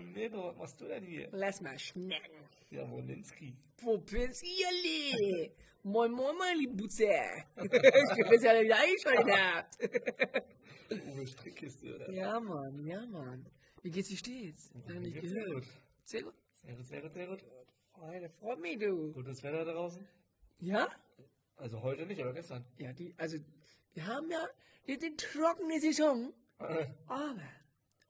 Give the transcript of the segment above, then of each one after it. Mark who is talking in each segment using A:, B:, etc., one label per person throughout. A: Mädel, was machst du denn hier?
B: Lass mal schmecken.
A: Ja, Wolinski.
B: Wo bist ihr, Lee? Moin, moin, mein Liebutze. Schön, dass ihr alle wieder eingeschaltet habt.
A: Uwe Strickkiste, oder?
B: Ja, Mann, ja, Mann. Wie geht's, wie steht's? Lange nicht
A: Geht's sehr
B: gehört.
A: gut.
B: Sehr gut.
A: Sehr gut, sehr gut, sehr gut.
B: Oh, das freut mich, du.
A: Gutes Wetter draußen.
B: Ja?
A: Also heute nicht, aber gestern.
B: Ja, die, also, wir haben ja jetzt eine trockene Saison.
A: Äh,
B: Aber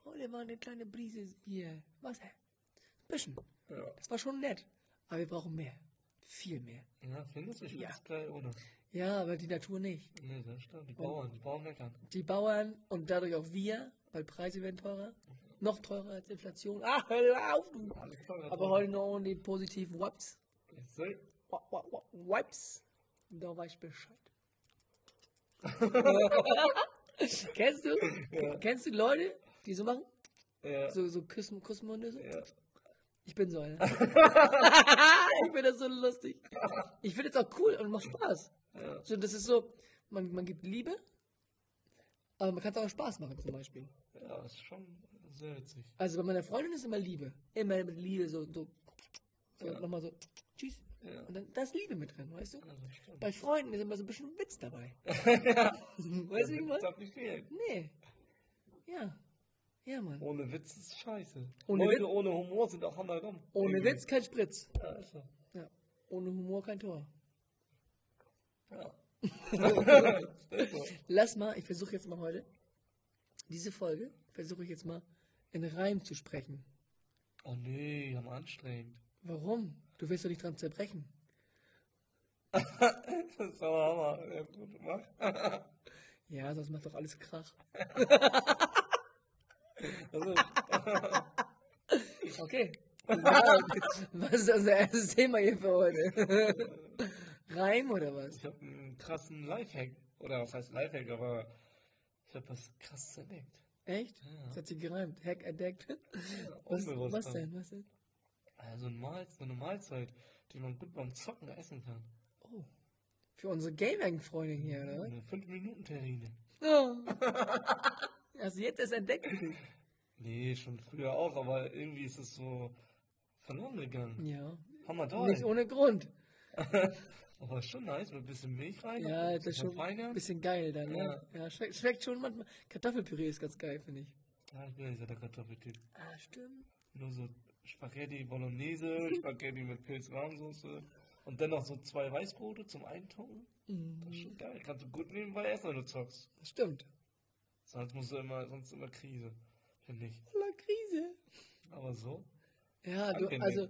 B: heute war eine kleine Brise hier. Wasser. Ein bisschen.
A: Ja.
B: Das war schon nett. Aber wir brauchen mehr. Viel mehr.
A: ja, findest du schon
B: Ja.
A: ja. geil ohne.
B: Ja, aber die Natur nicht.
A: Nee, das stimmt. Die
B: Oh.
A: Bauern, die Bauern meckern.
B: Die Bauern und dadurch auch wir, weil Preise werden teurer. Noch teurer als Inflation. Ah, hör auf, du.
A: Alles klar, da
B: Aber
A: drüben.
B: heute noch ohne die positiven Wipes.
A: Jetzt seht.
B: Wa- wa- wa- Wipes. Da weiß ich Bescheid. kennst du? Kennst du Leute, die so machen?
A: Ja.
B: So, so küssen, küssen und so?
A: Ja.
B: Ich bin so einer. ich finde das so lustig. Ich finde es auch cool und macht Spaß.
A: Ja.
B: So, das ist so, man, man gibt Liebe, aber man kann es auch Spaß machen zum Beispiel.
A: ja, ist schon sehr witzig.
B: Also bei meiner Freundin ist immer Liebe. Immer mit Liebe, so, so, so nochmal so, tschüss.
A: Ja.
B: Und dann da ist Liebe mit drin, weißt du?
A: Ja, das stimmt.
B: Bei Freunden ist immer so ein bisschen Witz dabei. Weißt du, wie ich
A: Das
B: meine?
A: darf nicht fehlen.
B: Nee. Ja. Ja, Mann.
A: Ohne Witz ist scheiße.
B: Ohne
A: Leute
B: Witz?
A: ohne Humor sind auch Hammer dumm.
B: Ohne Witz kein Spritz.
A: Ja, ist so.
B: Mhm. Ja. Ohne Humor kein Tor.
A: Ja.
B: Lass mal, ich versuche jetzt mal heute, diese Folge versuche ich jetzt mal in Reim zu sprechen.
A: oh nee, am anstrengend.
B: Warum? Du willst doch nicht dran zerbrechen.
A: Das ist aber Hammer. Ja, gut gemacht.
B: Ja, sonst macht doch alles Krach.
A: Also,
B: Okay. was ist unser erstes Thema hier für heute? Reim oder was?
A: ich habe einen krassen Lifehack. Oder was heißt Lifehack, aber ich habe was krasses entdeckt.
B: Echt?
A: Ja.
B: Das hat sie gereimt. Hack entdeckt. Was,
A: unbewusst
B: was
A: dann.
B: denn? Was denn?
A: Also ein Mahl, so eine Mahlzeit, die man gut beim Zocken essen kann.
B: Oh. Für unsere Gaming-Freundin hier, oder was?
A: Eine 5-Minuten-Terrine.
B: Oh. Hast du Also jetzt erst entdeckt?
A: Nee, schon früher auch, aber irgendwie ist es so verloren gegangen.
B: Ja.
A: Hammer
B: Nicht
A: toll.
B: ohne Grund.
A: Aber schon nice, mit ein bisschen Milch rein.
B: Ja,
A: ein
B: das ist
A: bisschen
B: schon ein
A: Feiger.
B: bisschen geil dann, ne? Ja, schmeckt, schmeckt schon manchmal. Kartoffelpüree ist ganz geil, finde ich.
A: Ja, ich bin ja nicht so der Kartoffeltyp.
B: Ah, stimmt.
A: Nur so Spaghetti Bolognese, Spaghetti mit Pilzrahmsoße und dann noch so zwei Weißbrote zum Eintunken. Das ist schon geil. Kannst du gut nebenbei essen, wenn du zockst.
B: Mhm. Stimmt.
A: Sonst musst du immer, sonst immer Krise. Finde ich.
B: La Krise.
A: Aber so?
B: Ja, du,
A: Angenehm.
B: also,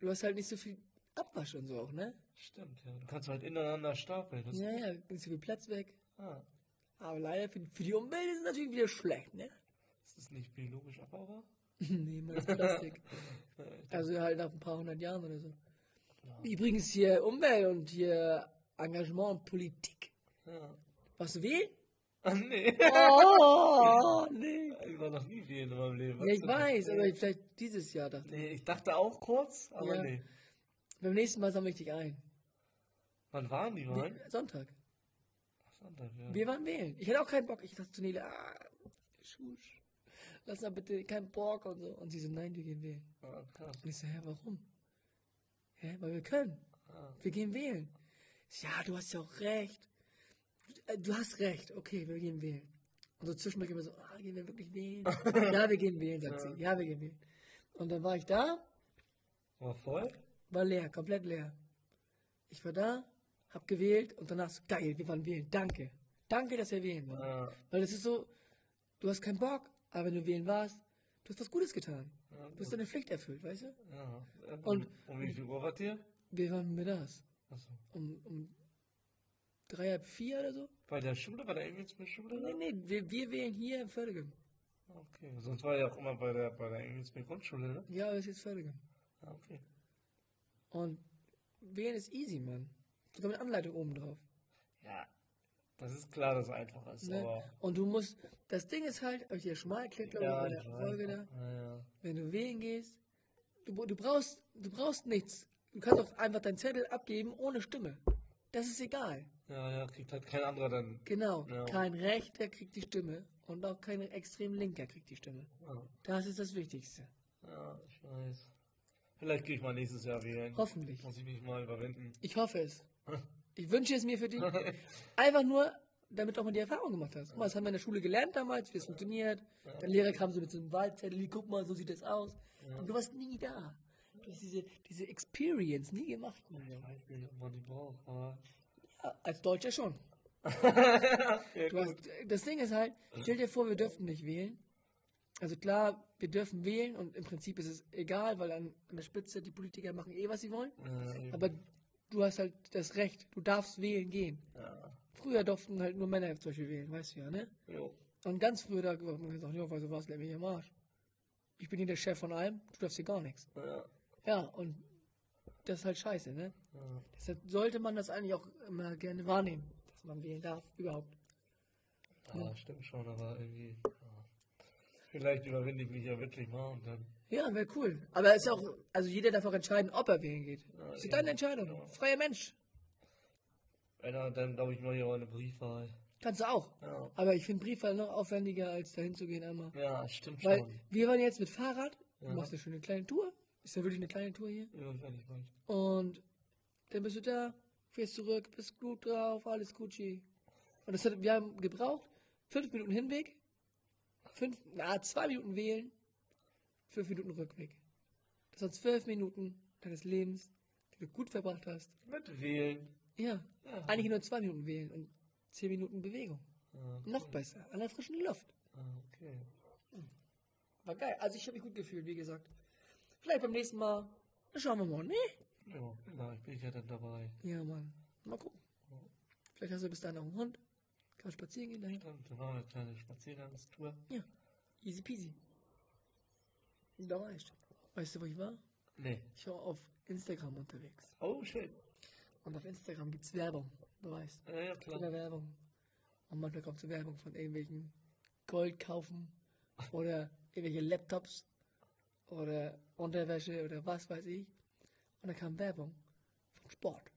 B: du hast halt nicht so viel Abwasch und so auch, ne?
A: Stimmt, ja. Du kannst halt ineinander stapeln. Das
B: Ja, ja, nicht so viel Platz weg.
A: ah,
B: Aber leider für, für die Umwelt ist es natürlich wieder schlecht, ne?
A: ist das nicht biologisch abbaubar?
B: nee, man ist Plastik. also halt nach ein paar hundert Jahren oder so. Übrigens hier Umwelt und hier Engagement und Politik.
A: Ja.
B: Was du wählen?
A: Ah, nee.
B: Oh, nee.
A: Ich war noch nie wählen in meinem Leben.
B: Ja, ich weiß, aber vielleicht dieses Jahr dachte ich.
A: Nee, ich dachte auch kurz, aber
B: Ja.
A: nee.
B: Beim nächsten Mal sammle ich dich ein.
A: Wann waren die Wahlen?
B: Sonntag.
A: Was war das, ja.
B: Wir waren wählen. Ich hatte auch keinen Bock. Ich dachte zu Nele, ah, schusch. Lass mal bitte keinen Bock und so. Und sie so, nein, wir gehen wählen.
A: Ah, krass.
B: Und ich so, hä, warum? Hä, weil wir können.
A: Ah.
B: Wir gehen wählen. Ich so, Ja, du hast ja auch recht. Äh, Du hast recht. Okay, wir gehen wählen. Und so zwischendurch immer so, ah, gehen wir wirklich wählen? ja, wir gehen wählen, sagt sie. Ja, wir gehen wählen. Und dann war ich da,
A: War voll?
B: war leer, komplett leer. Ich war da, hab gewählt und danach so, geil, wir waren wählen. Danke. Danke, dass wir wählen waren.
A: Ja.
B: Weil es ist so, du hast keinen Bock, aber wenn du wählen warst, du hast was Gutes getan.
A: Ja,
B: Du hast deine Pflicht erfüllt, weißt du?
A: Ja. Ähm,
B: Und-
A: um wie viel Uhr wart ihr?
B: Wir waren mit das.
A: Achso.
B: Um, um drei, halb vier oder so?
A: Bei der Schule, bei der englischen
B: Nee,
A: Schule?
B: nee, wir, wir wählen hier in Völligem.
A: Okay. Sonst war ja auch immer bei der bei der englischen Grundschule, ne?
B: Ja, aber es ist jetzt Völligem.
A: Ah, okay.
B: Und wählen ist easy, Mann. Sogar mit Anleitung oben drauf.
A: Ja. Das ist klar, dass es einfach ist,
B: Ne?
A: aber.
B: Und du musst, das Ding ist halt, hab ich dir schon mal erklärt, glaube ich, bei der
A: ich weiß.
B: Folge da,
A: Ja, ja.
B: wenn du wählen gehst, du, du, brauchst, du brauchst nichts. Du kannst auch einfach deinen Zettel abgeben ohne Stimme. Das ist egal.
A: Ja, ja, kriegt halt kein anderer dann.
B: Genau,
A: Ja.
B: kein Rechter kriegt die Stimme und auch kein extrem Linker kriegt die Stimme.
A: Ja.
B: Das ist das Wichtigste.
A: Ja, ich weiß. Vielleicht gehe ich mal nächstes Jahr wieder hin.
B: Hoffentlich.
A: Muss ich mich mal überwinden.
B: Ich hoffe es. Ich wünsche es mir für dich. Einfach nur, damit du auch mal die Erfahrung gemacht hast. Guck mal, das haben wir in der Schule gelernt damals, wie es funktioniert. Der Lehrer kam so mit so einem Wahlzettel, guck mal, so sieht das aus. Und du warst nie da. Du hast diese, diese Experience nie gemacht.
A: Ich weiß nicht, ob man die braucht, aber.
B: Ja, als Deutscher schon. Du hast, das Ding ist halt, stell dir vor, wir dürften nicht wählen. Also klar, wir dürfen wählen und im Prinzip ist es egal, weil an, an der Spitze die Politiker machen eh, was sie wollen.
A: Äh,
B: Aber du hast halt das Recht, du darfst wählen gehen.
A: ja.
B: Früher durften halt nur Männer zum Beispiel wählen, weißt du ja, ne?
A: Jo.
B: Und ganz früher da hat man gesagt, ja, weißt du was, leck mich am Arsch. Ich bin hier der Chef von allem, du darfst hier gar nichts.
A: Ja.
B: Ja, und das ist halt scheiße, ne?
A: Ja.
B: Deshalb sollte man das eigentlich auch immer gerne wahrnehmen, dass man wählen darf, überhaupt.
A: ja, stimmt schon, aber irgendwie. Ja. Vielleicht überwinde ich mich ja wirklich mal und dann.
B: Ja, wäre cool. Aber ist ja auch, also jeder darf auch entscheiden, ob er wählen geht.
A: Ja,
B: ist ja
A: eben.
B: deine Entscheidung.
A: Ja.
B: Freier Mensch.
A: Einer, dann glaube ich, neue eine Briefwahl.
B: Kannst du auch.
A: Ja.
B: Aber ich finde Briefwahl noch aufwendiger, als dahin zu gehen einmal.
A: Ja, stimmt
B: Weil
A: schon.
B: wir waren jetzt mit Fahrrad,
A: Ja.
B: du machst ja schon eine kleine Tour. Ist ja wirklich eine kleine Tour hier.
A: Ja, wenn ich mal.
B: Und dann bist du da, fährst zurück, bist gut drauf, alles Gucci. Und das hat, wir haben gebraucht, fünf Minuten Hinweg, fünf, na, zwei Minuten wählen, fünf Minuten Rückweg. Das waren zwölf Minuten deines Lebens, die du gut verbracht hast.
A: Mit wählen.
B: Ja,
A: Ja.
B: eigentlich nur zwei Minuten wählen und zehn Minuten Bewegung.
A: Ja.
B: Noch besser, an der frischen Luft.
A: Ah, Okay.
B: War geil. Also ich habe mich gut gefühlt, wie gesagt. Vielleicht beim nächsten Mal schauen wir mal, ne?
A: Ja, vielleicht bin ich ja dann dabei.
B: Ja, Mann. Mal gucken. Vielleicht hast du bis dahin noch einen Hund. Kann man spazieren gehen dahin.
A: Stimmt, da war eine kleine Spaziergangstour.
B: Ja. Easy peasy. Da war ich. Weißt du, wo ich war?
A: Nee.
B: Ich war auf Instagram unterwegs.
A: Oh, schön.
B: Und auf Instagram gibt's Werbung. Du weißt.
A: Ja, ja
B: Immer
A: klar.
B: Werbung. Und manchmal kommt so Werbung von irgendwelchen Gold kaufen oder irgendwelche Laptops oder Unterwäsche oder was weiß ich. Und da kam Werbung vom Sport.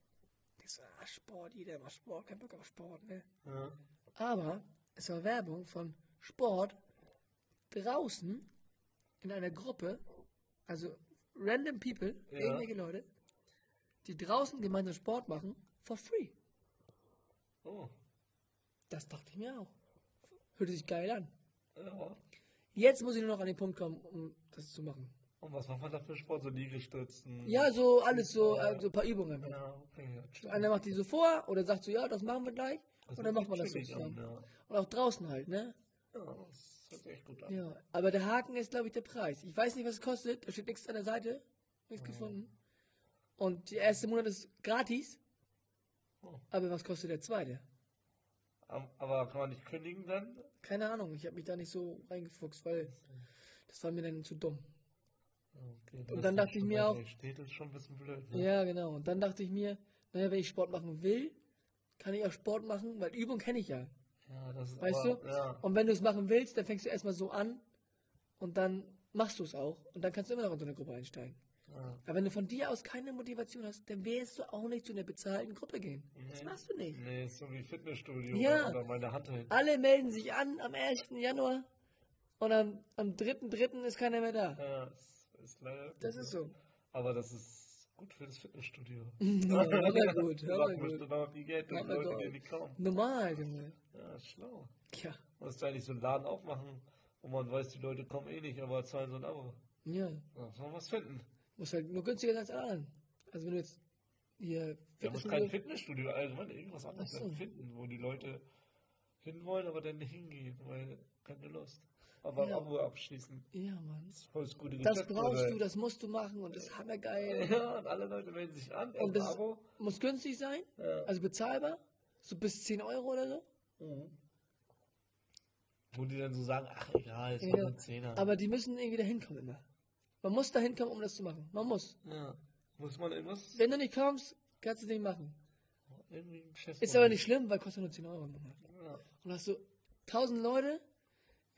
B: Ich so, ah, Sport, jeder macht Sport, kein Bock auf Sport, ne?
A: Ja.
B: Aber es war Werbung von Sport draußen in einer Gruppe, also random people,
A: Ja.
B: irgendwelche Leute, die draußen gemeinsam Sport machen, for free.
A: Oh,
B: Das dachte ich mir auch. Hörte sich geil an.
A: ja.
B: Jetzt muss ich nur noch an den Punkt kommen, um das zu machen.
A: Und was macht man da für Sport? So Liegestützen?
B: Ja, also so alles so, äh, so ein paar Übungen.
A: Ja, okay. Ja, chill.
B: Einer macht die so vor oder sagt so, ja, das machen wir gleich. und
A: Das
B: dann macht
A: hört
B: man das so
A: sich chillig an, ne?
B: zusammen.
A: ja.
B: Und auch draußen halt, ne?
A: ja, das hört sich echt gut an.
B: Ja, aber der Haken ist, glaube ich, der Preis. Ich weiß nicht, was es kostet. Da steht nichts an der Seite.
A: Mhm.
B: Nichts gefunden. Und der erste Monat ist gratis.
A: Oh.
B: Aber was kostet der zweite?
A: Am- Aber kann man nicht kündigen dann?
B: Keine Ahnung. Ich habe mich da nicht so reingefuchst, weil das war mir dann zu dumm.
A: Okay,
B: Und dann dachte ich mir auch-
A: Steht ist schon ein bisschen blöd. Ne?
B: Ja, genau. Und dann dachte ich mir, naja, wenn ich Sport machen will, kann ich auch Sport machen, weil Übung kenne ich ja.
A: Ja, das ist
B: Weißt
A: aber,
B: du?
A: Ja.
B: Und wenn du es machen willst, dann fängst du erstmal so an und dann machst du es auch. Und dann kannst du immer noch in so eine Gruppe einsteigen.
A: Ja.
B: Aber wenn du von dir aus keine Motivation hast, dann wirst du auch nicht zu einer bezahlten Gruppe gehen. Das
A: Nee.
B: machst du nicht.
A: Nee, ist so wie Fitnessstudio
B: Ja. Ah.
A: oder meine Handel.
B: Alle melden sich an am 1. Januar und am, am 3.3. ist keiner mehr da.
A: Ja, ist, ist leider.
B: Das ist so.
A: Aber das ist gut für das Fitnessstudio.
B: Ja, aber gut,
A: Wir
B: aber
A: machen
B: gut.
A: bestimmt auch viel Geld
B: Ja,
A: und
B: aber
A: Leute,
B: gut.
A: die nicht kommen.
B: Normal, Junge.
A: Ja, schlau.
B: Tja,
A: Musst du eigentlich so einen Laden aufmachen, wo man weiß, die Leute kommen eh nicht, aber zahlen so ein Abo.
B: ja.
A: Da muss man was finden.
B: Muss halt nur günstiger sein als alle anderen. Also wenn du jetzt hier
A: Wir haben
B: Fitnessstudio-
A: kein Fitnessstudio, also man irgendwas anderes
B: Ach so.
A: finden, wo die Leute hinwollen, aber dann nicht hingehen, weil keine Lust. Aber
B: Ja.
A: ein Abo abschließen.
B: Ja, Mann.
A: Das ist voll das gute
B: Das
A: Geschäft,
B: brauchst
A: oder?
B: du, das musst du machen und das ist hammergeil.
A: Ja, und alle Leute melden sich an.
B: Und
A: Und
B: das
A: Abo.
B: muss günstig sein,
A: Ja.
B: also bezahlbar, so bis 10 Euro oder so.
A: Mhm. Wo die dann so sagen, ach egal, ist
B: Ja.
A: nur ein Zehner.
B: Aber die müssen irgendwie dahin kommen immer. Man muss dahin kommen, um das zu machen. Man muss.
A: ja. Muss man irgendwas
B: Wenn du nicht kommst, kannst du es nicht machen.
A: irgendwie im Geschäft
B: Ist
A: machen.
B: aber nicht schlimm, weil kostet nur 10 Euro. im Monat.
A: Ja.
B: Und hast du 1000 Leute,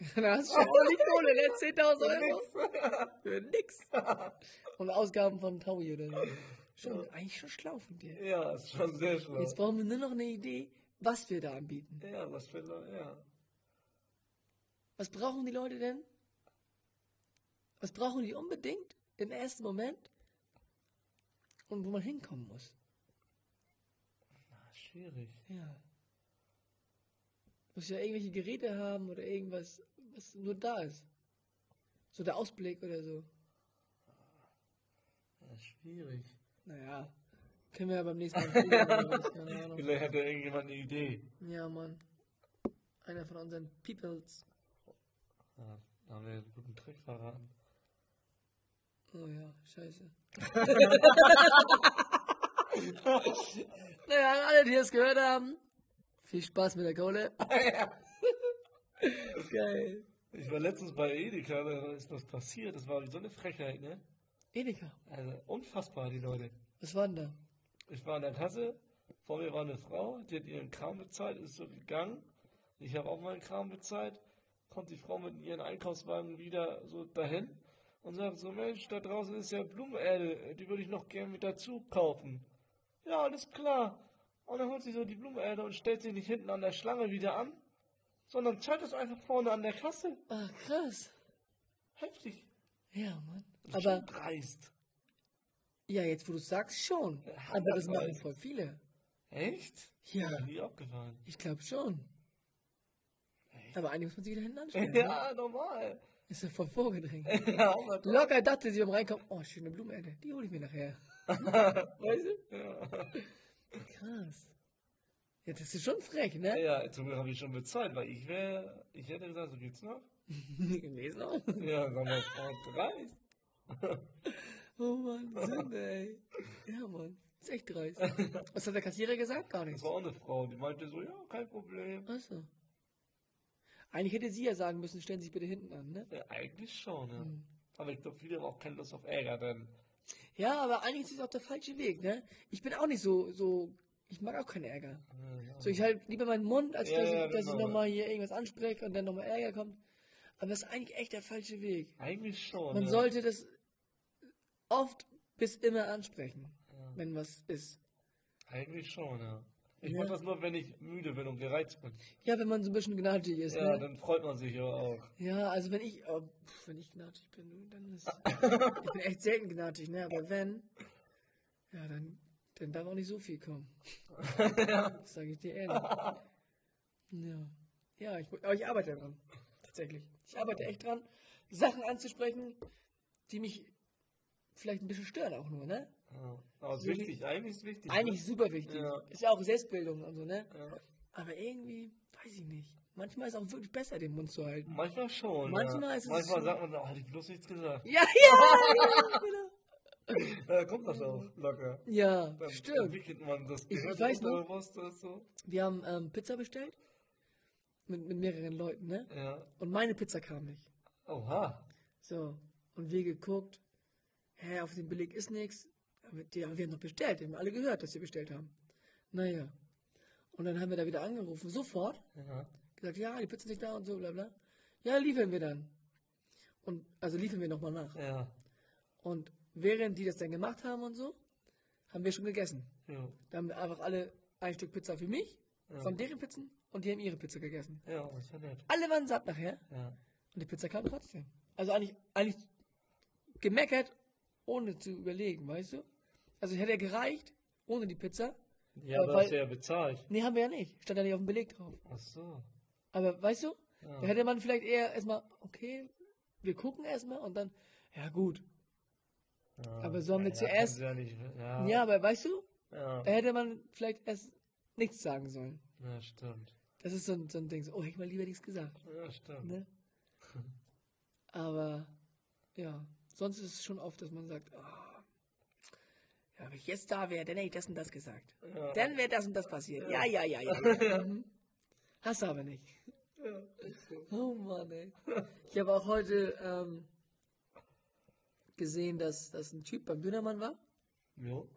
B: dann hast du schon voll die Kohle, ne? 10.000 Euro. Für nix. Und Ausgaben von Taui oder so. Schon, eigentlich schon schlau von dir.
A: ja, ist schon sehr schlau.
B: Jetzt brauchen wir nur noch eine Idee, was wir da anbieten.
A: Ja, was für Leute, ja.
B: Was brauchen die Leute denn? Was brauchen die unbedingt im ersten Moment und wo man hinkommen muss?
A: Na, Ah, schwierig.
B: Ja. Muss ja irgendwelche Geräte haben oder irgendwas, was nur da ist. So der Ausblick oder so.
A: Ja, ah, schwierig.
B: Naja, können wir ja beim nächsten Mal. wieder machen, keine Ahnung.
A: Vielleicht hat ja irgendjemand eine Idee.
B: ja, Mann. Einer von unseren Peoples.
A: Ja, da haben wir jetzt einen guten Trick verraten.
B: Oh ja, scheiße. naja, an alle, die es gehört haben, viel Spaß mit der Kohle. Geil.
A: Ich war letztens bei Edeka, da ist was passiert. Das war so eine Frechheit, ne?
B: Edeka,
A: Also unfassbar, die Leute.
B: was war denn da?
A: Ich war an der Kasse, vor mir war eine Frau, die hat ihren Kram bezahlt, ist so gegangen. Ich habe auch meinen Kram bezahlt. Kommt die Frau mit ihren Einkaufswagen wieder so dahin und sagt so, Mensch, da draußen ist ja Blumenerde, die würde ich noch gerne mit dazu kaufen. Ja, alles klar. Und dann holt sie so die Blumenerde und stellt sie nicht hinten an der Schlange wieder an, sondern zahlt es einfach vorne an der Kasse.
B: Ah, krass.
A: Heftig.
B: Ja, Mann.
A: Das ist
B: Aber,
A: schon dreist.
B: ja, jetzt wo du es sagst, schon.
A: Ja,
B: Aber das machen
A: weiß.
B: voll viele.
A: Echt?
B: Ja.
A: Ist mir Nie aufgefallen.
B: Ich glaube schon.
A: Echt?
B: Aber eigentlich muss man sie wieder hinten anstellen. ne?
A: Ja, normal.
B: Ist ja voll vorgedrängt.
A: Ja, aber
B: Locker dachte sie beim Reinkommen, oh, schöne Blumenerde, die hole ich mir nachher. weißt du?
A: Ja.
B: Krass. Ja, das ist schon frech, ne?
A: ja, zum Glück habe ich schon bezahlt, weil ich wäre, ich hätte gesagt, so geht's noch.
B: Gewesen auch.
A: Ja, sag mal, Frau dreist.
B: Oh Mann, Sünde, ey. Ja, Mann. Ist echt dreist. Was hat der Kassierer gesagt? Gar
A: Das
B: nichts.
A: war auch eine Frau, die meinte so, ja, kein Problem.
B: Achso. Eigentlich hätte sie ja sagen müssen, stellen Sie sich bitte hinten an, ne?
A: Ja, eigentlich schon, ja.
B: Mhm.
A: Aber ich glaube, viele haben auch keine Lust auf Ärger, denn
B: Ja, aber eigentlich ist es auch der falsche Weg, ne? Ich bin auch nicht so, so, ich mag auch keinen Ärger.
A: äh,
B: So, ich halt lieber meinen Mund, als
A: Ja,
B: dass,
A: ja,
B: ich, dass ich
A: genau.
B: nochmal hier irgendwas anspreche und dann nochmal Ärger kommt. Aber das ist eigentlich echt der falsche Weg.
A: eigentlich schon.
B: Man
A: Oh, ja.
B: sollte das oft bis immer ansprechen,
A: Ja.
B: wenn was ist.
A: Eigentlich schon, ja. Ich
B: Ja.
A: mache das nur, wenn ich müde bin und gereizt bin.
B: Ja, wenn man so ein bisschen gnadig ist,
A: Ja,
B: ne?
A: dann freut man sich aber auch.
B: Ja, also wenn ich, oh, pf, wenn ich gnadig bin, du, dann ist, ich bin echt selten gnadig, ne? Aber wenn, ja, dann, dann darf auch nicht so viel kommen. Das sage ich dir ehrlich. Ja, ja, ich, aber ich arbeite dran, tatsächlich. Ich arbeite echt dran, Sachen anzusprechen, die mich vielleicht ein bisschen stören auch nur, ne?
A: Ja. Aber es ist
B: Wirklich?
A: wichtig, eigentlich ist es wichtig.
B: Eigentlich super wichtig.
A: Ja.
B: Ist ja auch Selbstbildung und so, ne?
A: Ja.
B: Aber irgendwie, weiß ich nicht. Manchmal ist auch wirklich besser, den Mund zu halten.
A: Manchmal schon. ja.
B: Manchmal ist es
A: Manchmal
B: schon-
A: sagt man, oh, hätte ich bloß nichts gesagt.
B: Ja, ja, genau.
A: Da kommt
B: Hm.
A: das auch locker.
B: Ja,
A: Dann
B: stimmt.
A: entwickelt man das
B: Ich- ich
A: Gehirn
B: weiß noch-
A: unterbewusst oder so.
B: Wir haben ähm, Pizza bestellt. Mit, mit mehreren Leuten, ne?
A: Ja.
B: Und meine Pizza kam nicht.
A: Oha.
B: So. Und wir geguckt. Hä, auf dem Beleg ist nichts. Aber die, aber wir haben noch bestellt. Wir haben alle gehört, dass sie bestellt haben. Naja. Und dann haben wir da wieder angerufen. Sofort.
A: Ja.
B: Gesagt, ja, die Pizza ist nicht da und so, bla bla. Ja, liefern wir dann. Und, also liefern wir nochmal nach.
A: Ja.
B: Und während die das dann gemacht haben und so, haben wir schon gegessen.
A: Jo.
B: Da haben wir einfach alle ein Stück Pizza für mich,
A: Ja.
B: von deren Pizzen und die haben ihre Pizza gegessen.
A: Ja, ist ja nett.
B: Alle waren satt nachher
A: Ja.
B: und die Pizza kam trotzdem. Also eigentlich, eigentlich gemeckert, ohne zu überlegen, weißt du? Also hätte ja gereicht, ohne die Pizza.
A: Ja,
B: Aber
A: aber
B: weil-
A: hast du ja bezahlt.
B: Nee, haben wir ja nicht. Stand ja nicht auf dem Beleg drauf.
A: Ach so.
B: Aber weißt du,
A: Ja.
B: da hätte man vielleicht eher erstmal, okay, wir gucken erstmal und dann, ja gut.
A: Ja.
B: Aber so haben wir
A: Ja,
B: zuerst-
A: kannst du Ja, nicht, ja.
B: Ja, aber weißt du,
A: Ja.
B: da hätte man vielleicht erst nichts sagen sollen.
A: ja, stimmt.
B: Das ist so ein, so ein Ding, so, oh, hätte ich mal lieber nichts gesagt.
A: Ja, stimmt.
B: Ne? Aber ja, sonst ist es schon oft, dass man sagt, ah, ja, wenn ich jetzt da wäre, dann hätte ich das und das gesagt.
A: Ja.
B: Dann wäre das und das passiert. Ja, ja, ja, ja. Mhm. Hast du aber nicht. Oh Mann, ey. Ich habe auch heute ähm, gesehen, dass, dass ein Typ beim Dönermann war
A: Jo.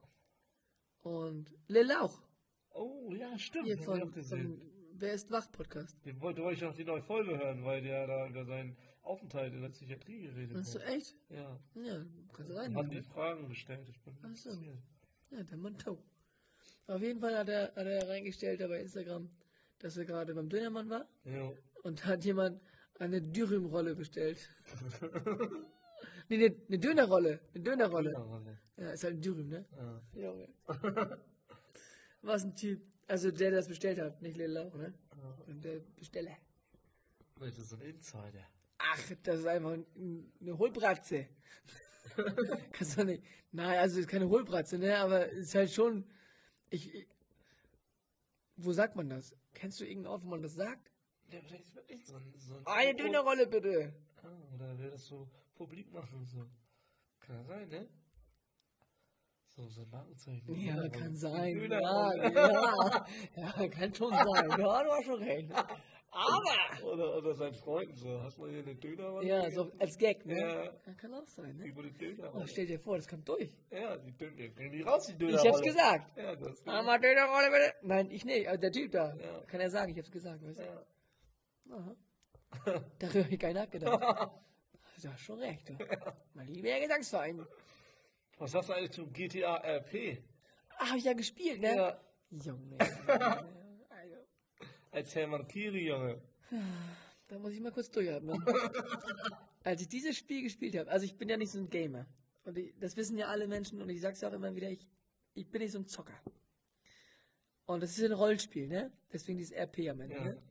B: und Lil Lauch,
A: Oh, ja, stimmt.
B: hier
A: hab ich auch
B: von,
A: gesehen.
B: von Wer ist wach Podcast.
A: Den wollte, wollte ich auch die neue Folge hören, weil der da über seinen Aufenthalt in der Psychiatrie geredet
B: Hast du
A: hat.
B: echt?
A: Ja.
B: Ja, kannst du
A: Und
B: rein.
A: Hat die Fragen gestellt. Ich bin
B: Ach so.
A: interessiert.
B: Ja, der Mann taub. Auf jeden Fall hat er, hat er reingestellt da bei Instagram, dass er gerade beim Dönermann war
A: Jo.
B: und hat jemand eine Dürümrolle bestellt. Nee, eine, eine Dönerrolle. Eine Dönerrolle.
A: Dönerrolle.
B: Ja, ist halt ein Dürüm, ne?
A: Ja.
B: Junge. Was ein Typ. Also der, der das bestellt hat, nicht Lil Lauch, ne? Und der Besteller.
A: Das ist ein Insider.
B: Ach, das ist einfach ein- eine Hohlbratze. Kannst du nicht. Nein, also ist keine Hohlbratze, ne? Aber es ist halt schon. Ich, ich, wo sagt man das? Kennst du irgendeinen Ort, wo man das sagt?
A: Ja, vielleicht ist wirklich so ein. So ein
B: Eine
A: Foto-
B: Dönerrolle bitte.
A: Ah, oder will das so publik machen, so. Kann ja sein, ne? So, so ein Markenzeichen.
B: Ja,
A: Dönerrolle.
B: kann sein. Ja,
A: Dönerrolle.
B: ja, ja, kann schon sein. Ja, du hast schon recht. Aber!
A: Oder, oder seinen Freunden so. Hast du mal hier eine Dönerrolle?
B: Ja, so als Gag, ne?
A: Ja.
B: Ja, kann auch sein, ne?
A: Über die Dönerrolle.
B: Oh, stell dir vor, das kommt durch.
A: Ja, die Döner. Kriegen die raus, die Dönerrolle.
B: Ich hab's gesagt.
A: Ja, du hast gesagt.
B: Einmal Dönerrolle bitte. Nein, ich nicht, aber der Typ da.
A: Ja.
B: Kann er sagen, ich hab's gesagt, weißt du?
A: Ja.
B: Aha. Darüber habe ich gar nicht nachgedacht. Du hast schon recht. Du. Mein lieber Gesangsverein.
A: Was hast du eigentlich zum GTA RP?
B: Ah, hab ich ja gespielt, ne?
A: Ja.
B: Junge. Also,
A: Als Hermann Kiri, Junge.
B: da muss ich mal kurz durchatmen. Als ich dieses Spiel gespielt habe, also ich bin ja nicht so ein Gamer. Und ich, das wissen ja alle Menschen und ich sag's ja auch immer wieder, ich, ich bin nicht so ein Zocker. Und das ist ein Rollenspiel, ne? Deswegen dieses RP am Ende,
A: Ja.
B: ne?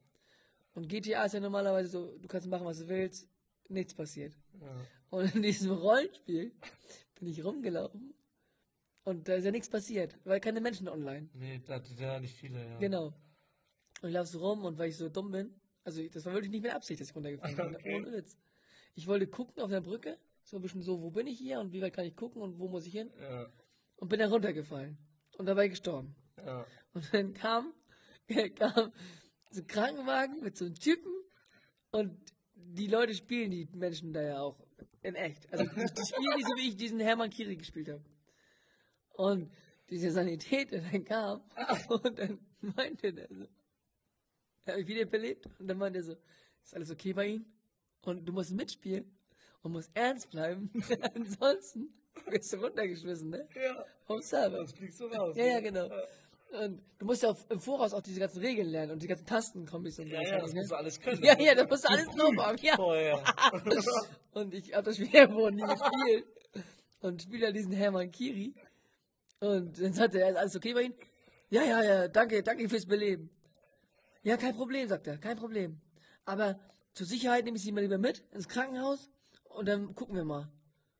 B: Und GTA ist ja normalerweise so, du kannst machen, was du willst, nichts passiert.
A: Ja.
B: Und in diesem Rollenspiel bin ich rumgelaufen und da ist ja nichts passiert, weil keine Menschen online.
A: Nee, da sind ja nicht viele, ja.
B: Genau. Und ich lauf so rum und weil ich so dumm bin, also ich- das war wirklich nicht mit Absicht, dass ich runtergefallen bin.
A: Okay.
B: Ohne Witz. Ich wollte gucken auf der Brücke, so ein bisschen so, wo bin ich hier und wie weit kann ich gucken und wo muss ich hin
A: Ja,
B: und bin dann runtergefallen und dabei gestorben.
A: ja.
B: Und dann kam, kam so ein Krankenwagen mit so einem Typen und die Leute spielen die Menschen da ja auch in echt. Also die, die spielen die so, wie ich diesen Hermann Kiri gespielt habe. Und diese Sanitäter dann kam und dann meinte der so, er hat mich wieder belebt und dann meinte er so, ist alles okay bei Ihnen? Und du musst mitspielen und musst ernst bleiben, ansonsten wirst du runtergeschmissen, ne?
A: Ja,
B: Vom Server.
A: sonst fliegst du raus.
B: Ja, ja,
A: ne?
B: genau. Und du musst ja auf, im Voraus auch diese ganzen Regeln lernen und die ganzen Tastenkombis und
A: Ja,
B: sowas
A: ja,
B: alles,
A: das musst du
B: ne?
A: alles können.
B: ja, ja, da musst du alles drauf haben, ja.
A: Vorher.
B: Und ich hab das Spiel ja wohl nie gespielt. Und spiele dann diesen Hermann Kiri. Und dann sagte er, ist alles okay bei Ihnen? Ja, ja, ja, danke, danke fürs Beleben. Ja, kein Problem, sagt er, kein Problem. Aber zur Sicherheit nehme ich Sie mal lieber mit ins Krankenhaus und dann gucken wir mal.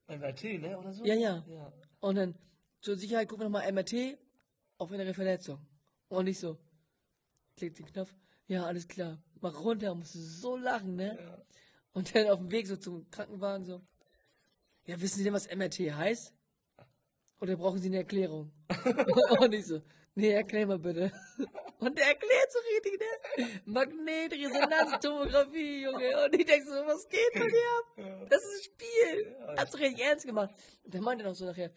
A: MRT, ne, oder so?
B: Ja, ja.
A: Ja,
B: Und dann zur Sicherheit gucken wir nochmal MRT auf innere Verletzung. Und ich so, klick den Knopf, ja, alles klar. Mach runter, musst du so lachen, ne?
A: Ja.
B: Und dann auf dem Weg so zum Krankenwagen so, ja, wissen Sie denn, was MRT heißt? Oder brauchen Sie eine Erklärung? Und ich so, nee, erklär mal bitte. Und der erklärt so richtig, ne? Magnetresonanztomographie, Junge. Und ich denk so, was geht denn hier ab? Das ist ein Spiel. Hab's doch richtig ernst gemacht. Und der meinte noch so nachher,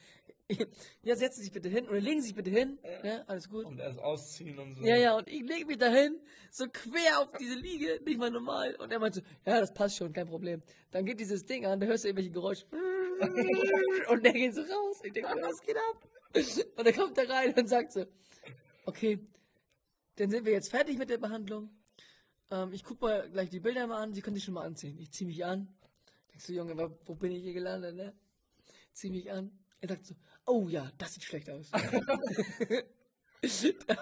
B: ja, setzen Sie sich bitte hin oder legen Sie sich bitte hin. Ne? Alles gut.
A: Und erst ausziehen und so.
B: Ja, ja, und ich leg mich dahin, so quer auf diese Liege, nicht mal normal. Und er meinte so, ja, das passt schon, kein Problem. Dann geht dieses Ding an, da hörst du irgendwelche Geräusche. Und der geht so raus. Ich denke, was geht ab? Und er kommt da rein und sagt so, okay, dann sind wir jetzt fertig mit der Behandlung. Ähm, ich gucke mal gleich die Bilder mal an, sie können sich schon mal anziehen. Ich zieh mich an. Denkst du, Junge, wa- wo bin ich hier gelandet, ne? Zieh mich an. Er sagt so, oh ja, das sieht schlecht aus. da,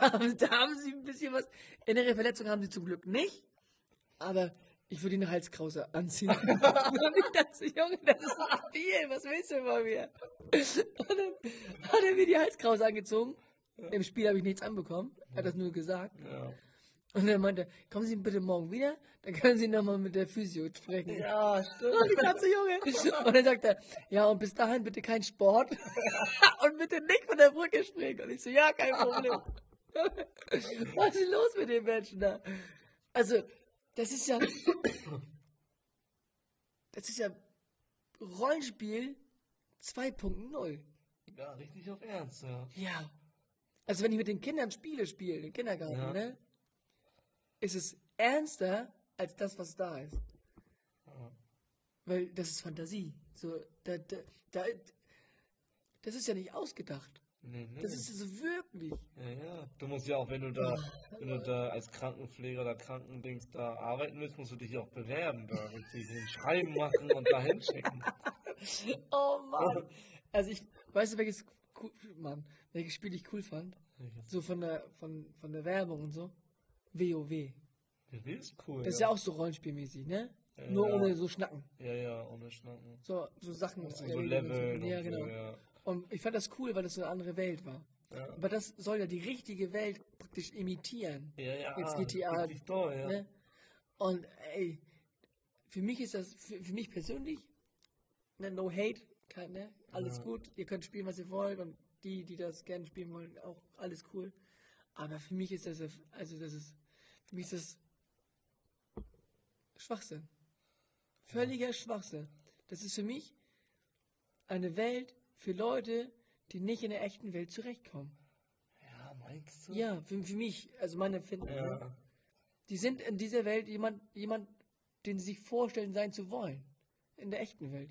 B: haben, da haben sie ein bisschen was. Innere Verletzung haben sie zum Glück nicht. Aber ich würde ihnen eine Halskrause anziehen. und ich dachte, so, Junge, das ist ein Spiel. Was willst du von mir? Und dann hat er mir die Halskrause angezogen. Im Spiel habe ich nichts anbekommen. Er hat das nur gesagt.
A: Ja,
B: Und dann meinte er, kommen Sie bitte morgen wieder, dann können Sie nochmal mit der Physio sprechen.
A: ja stimmt.
B: Und ich dachte, Junge. Und dann sagt er, ja, und bis dahin bitte kein Sport. und bitte nicht von der Brücke springen. Und ich so, ja, kein Problem. Was ist los mit den Menschen da? Also, das ist ja. Das ist ja Rollenspiel 2.0.
A: Ja, richtig auf Ernst, ja.
B: Ja. Also wenn ich mit den Kindern Spiele spiele, im Kindergarten,
A: Ja.
B: ne? Ist es ernster als das, was da ist. Weil das ist Fantasie. So, da, da, da, das ist ja nicht ausgedacht.
A: Nee, nee.
B: Das ist so wirklich.
A: ja, ja. Du musst ja auch, wenn du da, wenn du da als Krankenpfleger oder Krankendings da arbeiten willst, musst du dich auch bewerben da. Richtig, ein Schreiben machen und da hinschicken.
B: oh Mann. Also ich, weißt du, welches, cool, Mann, welches Spiel ich cool fand? So von der, von, von der Werbung und so. WoW.
A: Der Will ist cool.
B: Das ist ja auch so rollenspielmäßig, ne?
A: Ja,
B: Nur
A: ja.
B: ohne so Schnacken.
A: Ja, ja, ohne Schnacken.
B: So, so Sachen.
A: So,
B: erledigen
A: so
B: und
A: Level.
B: Ja,
A: und
B: genau.
A: So, ja.
B: Und ich fand das cool, weil das so eine andere Welt war.
A: Ja.
B: Aber das soll ja die richtige Welt praktisch imitieren.
A: Ja, ja.
B: Jetzt GTA,
A: Richtig toll, ja.
B: Ne? Und ey, für mich ist das, für, für mich persönlich, ne, no hate, kein, ne? alles
A: Ja.
B: gut, ihr könnt spielen, was ihr wollt und die, die das gerne spielen wollen, auch alles cool. Aber für mich ist das, also das ist, für mich ist das Schwachsinn. Völliger Schwachsinn. Das ist für mich eine Welt für Leute, die nicht in der echten Welt zurechtkommen.
A: Ja, meinst du?
B: Ja, für, für mich, also meine Empfindung. ne?
A: Ja.
B: Die sind in dieser Welt jemand, jemand, den sie sich vorstellen, sein zu wollen. In der echten Welt.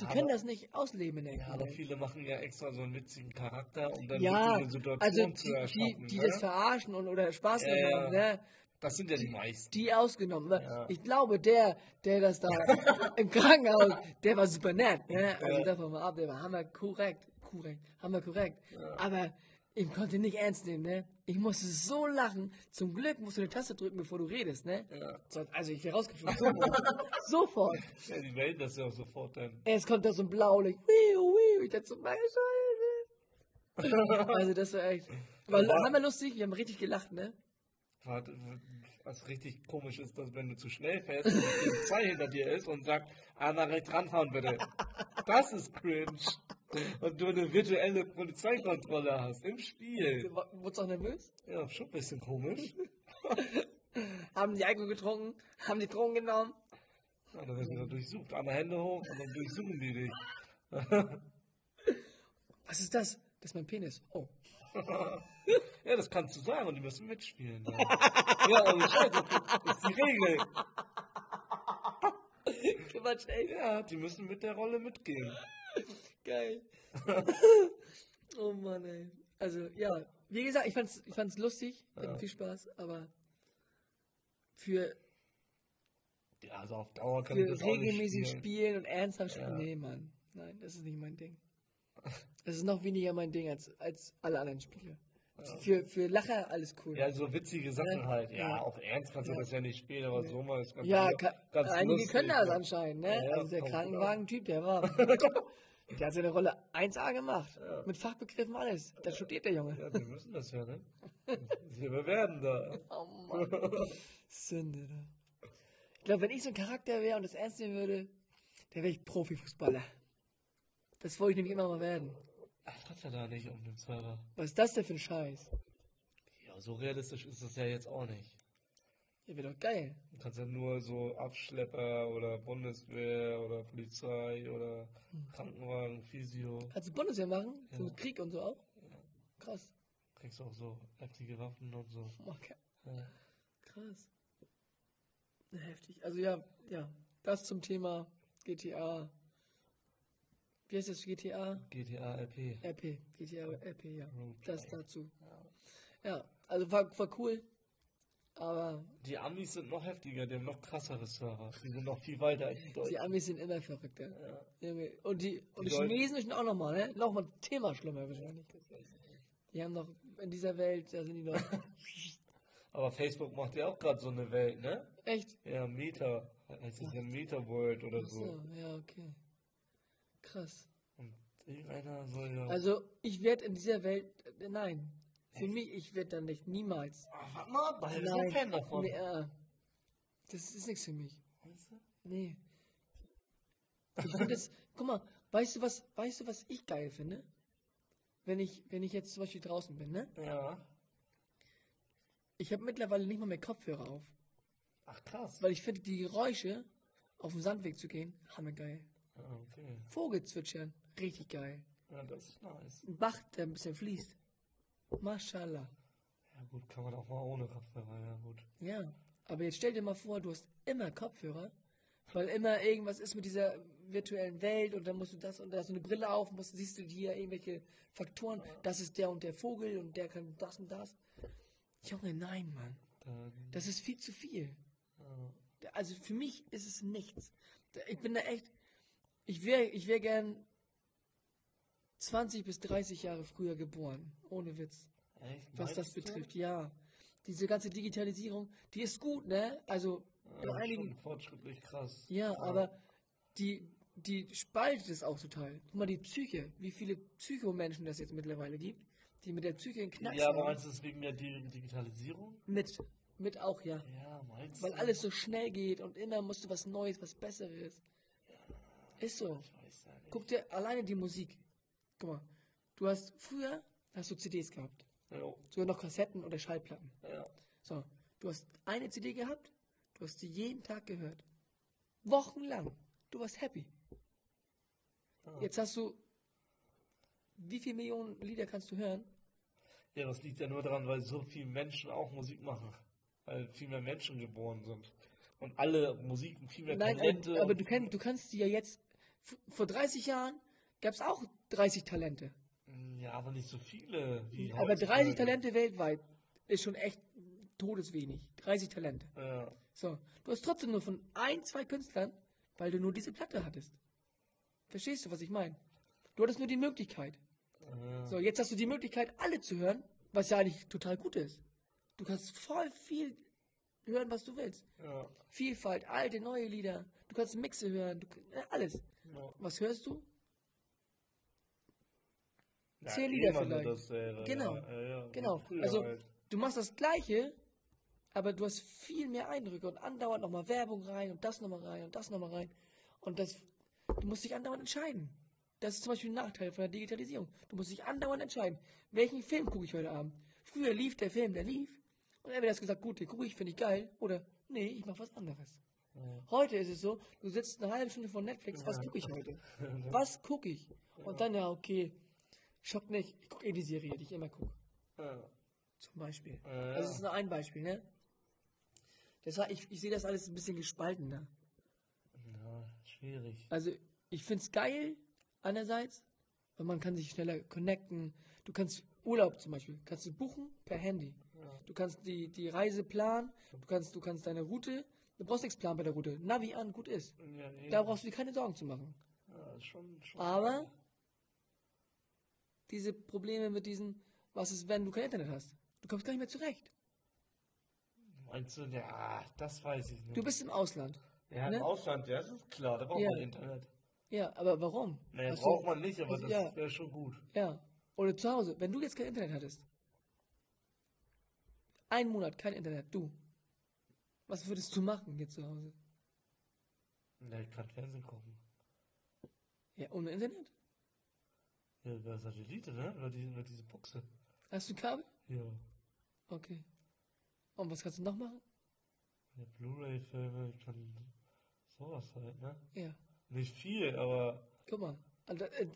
B: die
A: aber-
B: können das nicht ausleben in der
A: Ja,
B: echten
A: aber
B: Welt.
A: viele machen ja extra so einen witzigen Charakter, um dann
B: Ja,
A: eine Situation
B: also
A: zu
B: die,
A: erschaffen.
B: die, die
A: ne?
B: das verarschen und, oder Spaß
A: Ja,
B: dran
A: ja.
B: haben, ne?
A: das sind ja die meisten.
B: die ausgenommen. Aber
A: Ja.
B: Ich glaube, der, der das da im Krankenhaus, der war super nett. Ne? Also
A: Ja.
B: davon mal ab, der war hammer korrekt. Korrekt, hammer korrekt. Aber ich konnte ihn nicht ernst nehmen. Ne? Ich musste so lachen. Zum Glück musst du eine Taste drücken, bevor du redest. Ne?
A: Ja.
B: Sonst- Also ich wäre rausgeflogen. Sofort. sofort.
A: Ja, die melden das ja auch sofort dann.
B: Erst kommt da so ein Blaulicht. Wiu, wiu. Ich dachte so, meine Scheiße. also das war echt. War
A: Aber-
B: hammer lustig. Wir haben richtig gelacht. Ne?
A: Warte, Was richtig komisch ist, dass wenn du zu schnell fährst und die Polizei hinter dir ist und sagt, Anna rechts ranfahren bitte. Das ist cringe. Und du eine virtuelle Polizeikontrolle hast im Spiel.
B: Wurdest du auch nervös?
A: Ja, schon ein bisschen komisch.
B: Haben die Alkohol getrunken? Haben die Drogen genommen?
A: Ja, dann wirst du durchsucht. Anna Hände hoch und dann durchsuchen die dich.
B: Was ist das? Das ist mein Penis. Oh.
A: Ja, das kannst du sagen und die müssen mitspielen. Ja, ja ohne Scheiß, das ist die Regel.
B: Quatsch, ey.
A: Ja, die müssen mit der Rolle mitgehen.
B: Geil. oh Mann, ey. Also, ja. Wie gesagt, ich fand's, ich fand's lustig. Ich hatte
A: Ja.
B: viel Spaß, aber für,
A: Ja, also auf Dauer kann
B: für
A: ich das auch nicht
B: regelmäßig
A: spielen.
B: spielen. und ernsthaft spielen. Nee, Mann. Nein, das ist nicht mein Ding. Das ist noch weniger mein Ding als, als alle anderen Spiele. Für, für Lacher alles cool.
A: Ja, so witzige Sachen
B: Ja.
A: halt. Ja,
B: Ja.
A: auch ernst kannst du das ja nicht spielen, aber so mal ist ganz
B: Ja,
A: lu-
B: ka-
A: ganz
B: einige
A: lustig,
B: können das
A: ne?
B: anscheinend, ne?
A: Ja, ja,
B: also der
A: kommt
B: Krankenwagen-Typ, der war. der hat seine Rolle 1A gemacht. Mit Fachbegriffen alles. Da studiert der Junge.
A: Ja, die müssen das ja, ne? Wir bewerben da.
B: Oh Mann. Sünde, ne? Ich glaube, wenn ich so ein Charakter wäre und das ernst nehmen würde, dann wäre ich Profifußballer. Das wollte ich nämlich immer mal werden.
A: Ach, hat er da nicht um den Server.
B: Was ist das denn für ein Scheiß?
A: Ja, so realistisch ist das ja jetzt auch nicht.
B: Ja, wäre doch geil.
A: Du kannst ja nur so Abschlepper oder Bundeswehr oder Polizei oder
B: Hm.
A: Krankenwagen, Physio.
B: Kannst du Bundeswehr machen? So
A: Ja.
B: Krieg und so auch? Krass.
A: Kriegst auch so heftige Waffen und so.
B: Okay.
A: Ja.
B: Krass. Na, Heftig. Also ja, ja. Das zum Thema GTA. Wie heißt das? GTA?
A: GTA RP.
B: RP. GTA RP, ja.
A: Roleplay.
B: Das dazu. Ja, also war, war cool. Aber
A: Die Amis sind noch heftiger, die haben noch krassere Server. Die sind noch viel weiter als die
B: die
A: Deutschen.
B: Amis sind immer verrückter. Junge, Und die, und die,
A: Die Leute-
B: Chinesen sind auch nochmal, ne? Nochmal ein Thema schlimmer wahrscheinlich. Die haben noch in dieser Welt, da sind die noch.
A: Aber Facebook macht ja auch gerade so eine Welt, ne?
B: Echt?
A: Ja, Meta. Heißt es ja Meta World oder so.
B: So, ja, okay. Krass.
A: Und irgendeiner soll ja.
B: Also, ich werde in dieser Welt. äh, Nein. Für mich, ich werde dann nicht. Niemals.
A: Ach, Ah, warte mal, beide sind
B: Nein.
A: Fan davon.
B: Nee, äh, das ist nichts für mich.
A: Weißt du?
B: Nee. Ich finde das. guck mal, weißt du, was, weißt du, was ich geil finde? Wenn ich, wenn ich jetzt zum Beispiel draußen bin, ne?
A: Ja.
B: Ich habe mittlerweile nicht mal mehr Kopfhörer auf.
A: Ach, krass.
B: Weil ich finde, die Geräusche, auf dem Sandweg zu gehen, hammergeil.
A: Ah, Okay.
B: Vogelzwitschern, richtig geil.
A: Ja, das ist nice.
B: Ein Bach, der ein bisschen fließt. Mashallah.
A: Ja, gut, kann man auch mal ohne Kopfhörer, ja, gut.
B: Ja, aber jetzt stell dir mal vor, du hast immer Kopfhörer, weil immer irgendwas ist mit dieser virtuellen Welt und dann musst du das und da hast du eine Brille auf, musst, siehst du hier irgendwelche Faktoren, das ist der und der Vogel und der kann das und das. Junge, nein, Mann.
A: Dann, äh,
B: Das ist viel zu viel.
A: ja.
B: Also für mich ist es nichts. Ich bin da echt, Ich wäre ich wär gern 20 bis 30 Jahre früher geboren. Ohne Witz.
A: Echt?
B: was
A: Meinst
B: das
A: du?
B: betrifft, ja. Diese ganze Digitalisierung, die ist gut, ne? Also
A: Ja,
B: bei
A: schon
B: einigen,
A: fortschrittlich krass.
B: ja, aber die, die spaltet es auch total. Guck mal, die Psyche, wie viele Psychomenschen das jetzt mittlerweile gibt, die mit der Psyche in Knacks
A: Ja, aber
B: haben.
A: meinst du es wegen der Di- Digitalisierung?
B: mit, mit auch, ja.
A: Ja, meinst
B: Weil
A: du?
B: alles so schnell geht und immer musst du was Neues, was Besseres. Ist so.
A: Ich weiß ja nicht.
B: Guck dir alleine die Musik. Guck mal, du hast früher hast du CDs gehabt,
A: Jo,
B: sogar noch Kassetten oder Schallplatten.
A: ja.
B: So, du hast eine CD gehabt, du hast sie jeden Tag gehört. Wochenlang. Du warst happy.
A: Ah.
B: Jetzt hast du. Wie viele Millionen Lieder kannst du hören?
A: ja, das liegt ja nur daran, weil so viele Menschen auch Musik machen. Weil viel mehr Menschen geboren sind. Und alle Musik viel mehr
B: Nein,
A: Talente.
B: aber, aber
A: und-
B: du, kenn, du kannst die ja jetzt. f- Vor 30 Jahren gab es auch 30 Talente.
A: Mm, ja, aber nicht so viele. Wie
B: aber 30
A: heutzutage.
B: Talente weltweit ist schon echt todeswenig. 30 Talente.
A: Ja.
B: So, du hast trotzdem nur von ein, zwei Künstlern, weil du nur diese Platte hattest. Verstehst du, was ich meine? Du hattest nur die Möglichkeit.
A: Ja.
B: So, jetzt hast du die Möglichkeit, alle zu hören, was ja eigentlich total gut ist. Du kannst voll viel hören, was du willst.
A: Ja.
B: Vielfalt, alte, neue Lieder. Du kannst Mixe hören, du, äh, alles.
A: Ja.
B: Was hörst du?
A: Ja,
B: Zehn Lieder
A: immer nur
B: vielleicht.
A: dasselbe,
B: Genau.
A: Ja, ja, ja.
B: Genau.
A: Früher
B: Also,
A: halt.
B: du machst das Gleiche, aber du hast viel mehr Eindrücke und andauernd nochmal Werbung rein und das nochmal rein und das nochmal rein. Und das, du musst dich andauernd entscheiden. Das ist zum Beispiel ein Nachteil von der Digitalisierung. Du musst dich andauernd entscheiden, welchen Film gucke ich heute Abend. Früher lief der Film, der lief. Und entweder hast du gesagt, gut, den gucke ich, finde ich geil. Oder, nee, ich mache was anderes. Heute ist es so, du sitzt eine halbe Stunde vor Netflix, was gucke ich heute? Was gucke ich? Und dann, ja, okay, schock nicht, ich gucke eh die Serie, die ich immer gucke.
A: Ja.
B: Zum Beispiel. Also
A: Ja.
B: Das ist nur ein Beispiel, ne? Das war, ich, ich sehe das alles ein bisschen gespaltener.
A: ja, schwierig.
B: Also, ich finde es geil, einerseits, weil man kann sich schneller connecten. Du kannst Urlaub zum Beispiel, kannst du buchen per Handy. Du kannst die, die Reise planen, du kannst, du kannst deine Route, du brauchst nichts planen bei der Route. Navi an, gut ist.
A: Ja, eben.
B: Da brauchst du dir keine Sorgen zu machen.
A: ja, ist schon, schon
B: Aber diese Probleme mit diesen, was ist, wenn du kein Internet hast? Du kommst gar nicht mehr zurecht.
A: Meinst du, ja, das weiß ich nicht.
B: Du bist im Ausland.
A: ja, im
B: ne?
A: Ausland, ja, das ist klar, da braucht
B: Ja.
A: man Internet.
B: Ja, aber warum?
A: Naja,
B: Hast du-
A: braucht man nicht, aber
B: also,
A: das
B: ja.
A: wäre schon gut.
B: Ja. Oder zu Hause, wenn du jetzt kein Internet hattest. Ein Monat kein Internet, du. Was würdest du machen jetzt zu Hause?
A: Ja, ich kann Fernsehen gucken.
B: Ja, ohne Internet?
A: Ja, über Satellite, ne? Über diese, über diese Buchse.
B: Hast du Kabel?
A: Ja.
B: Okay. Und was kannst du noch machen?
A: ja Blu-ray-Filme, ich kann sowas halt, ne?
B: Ja.
A: Nicht viel, aber
B: Guck mal. Also, äh,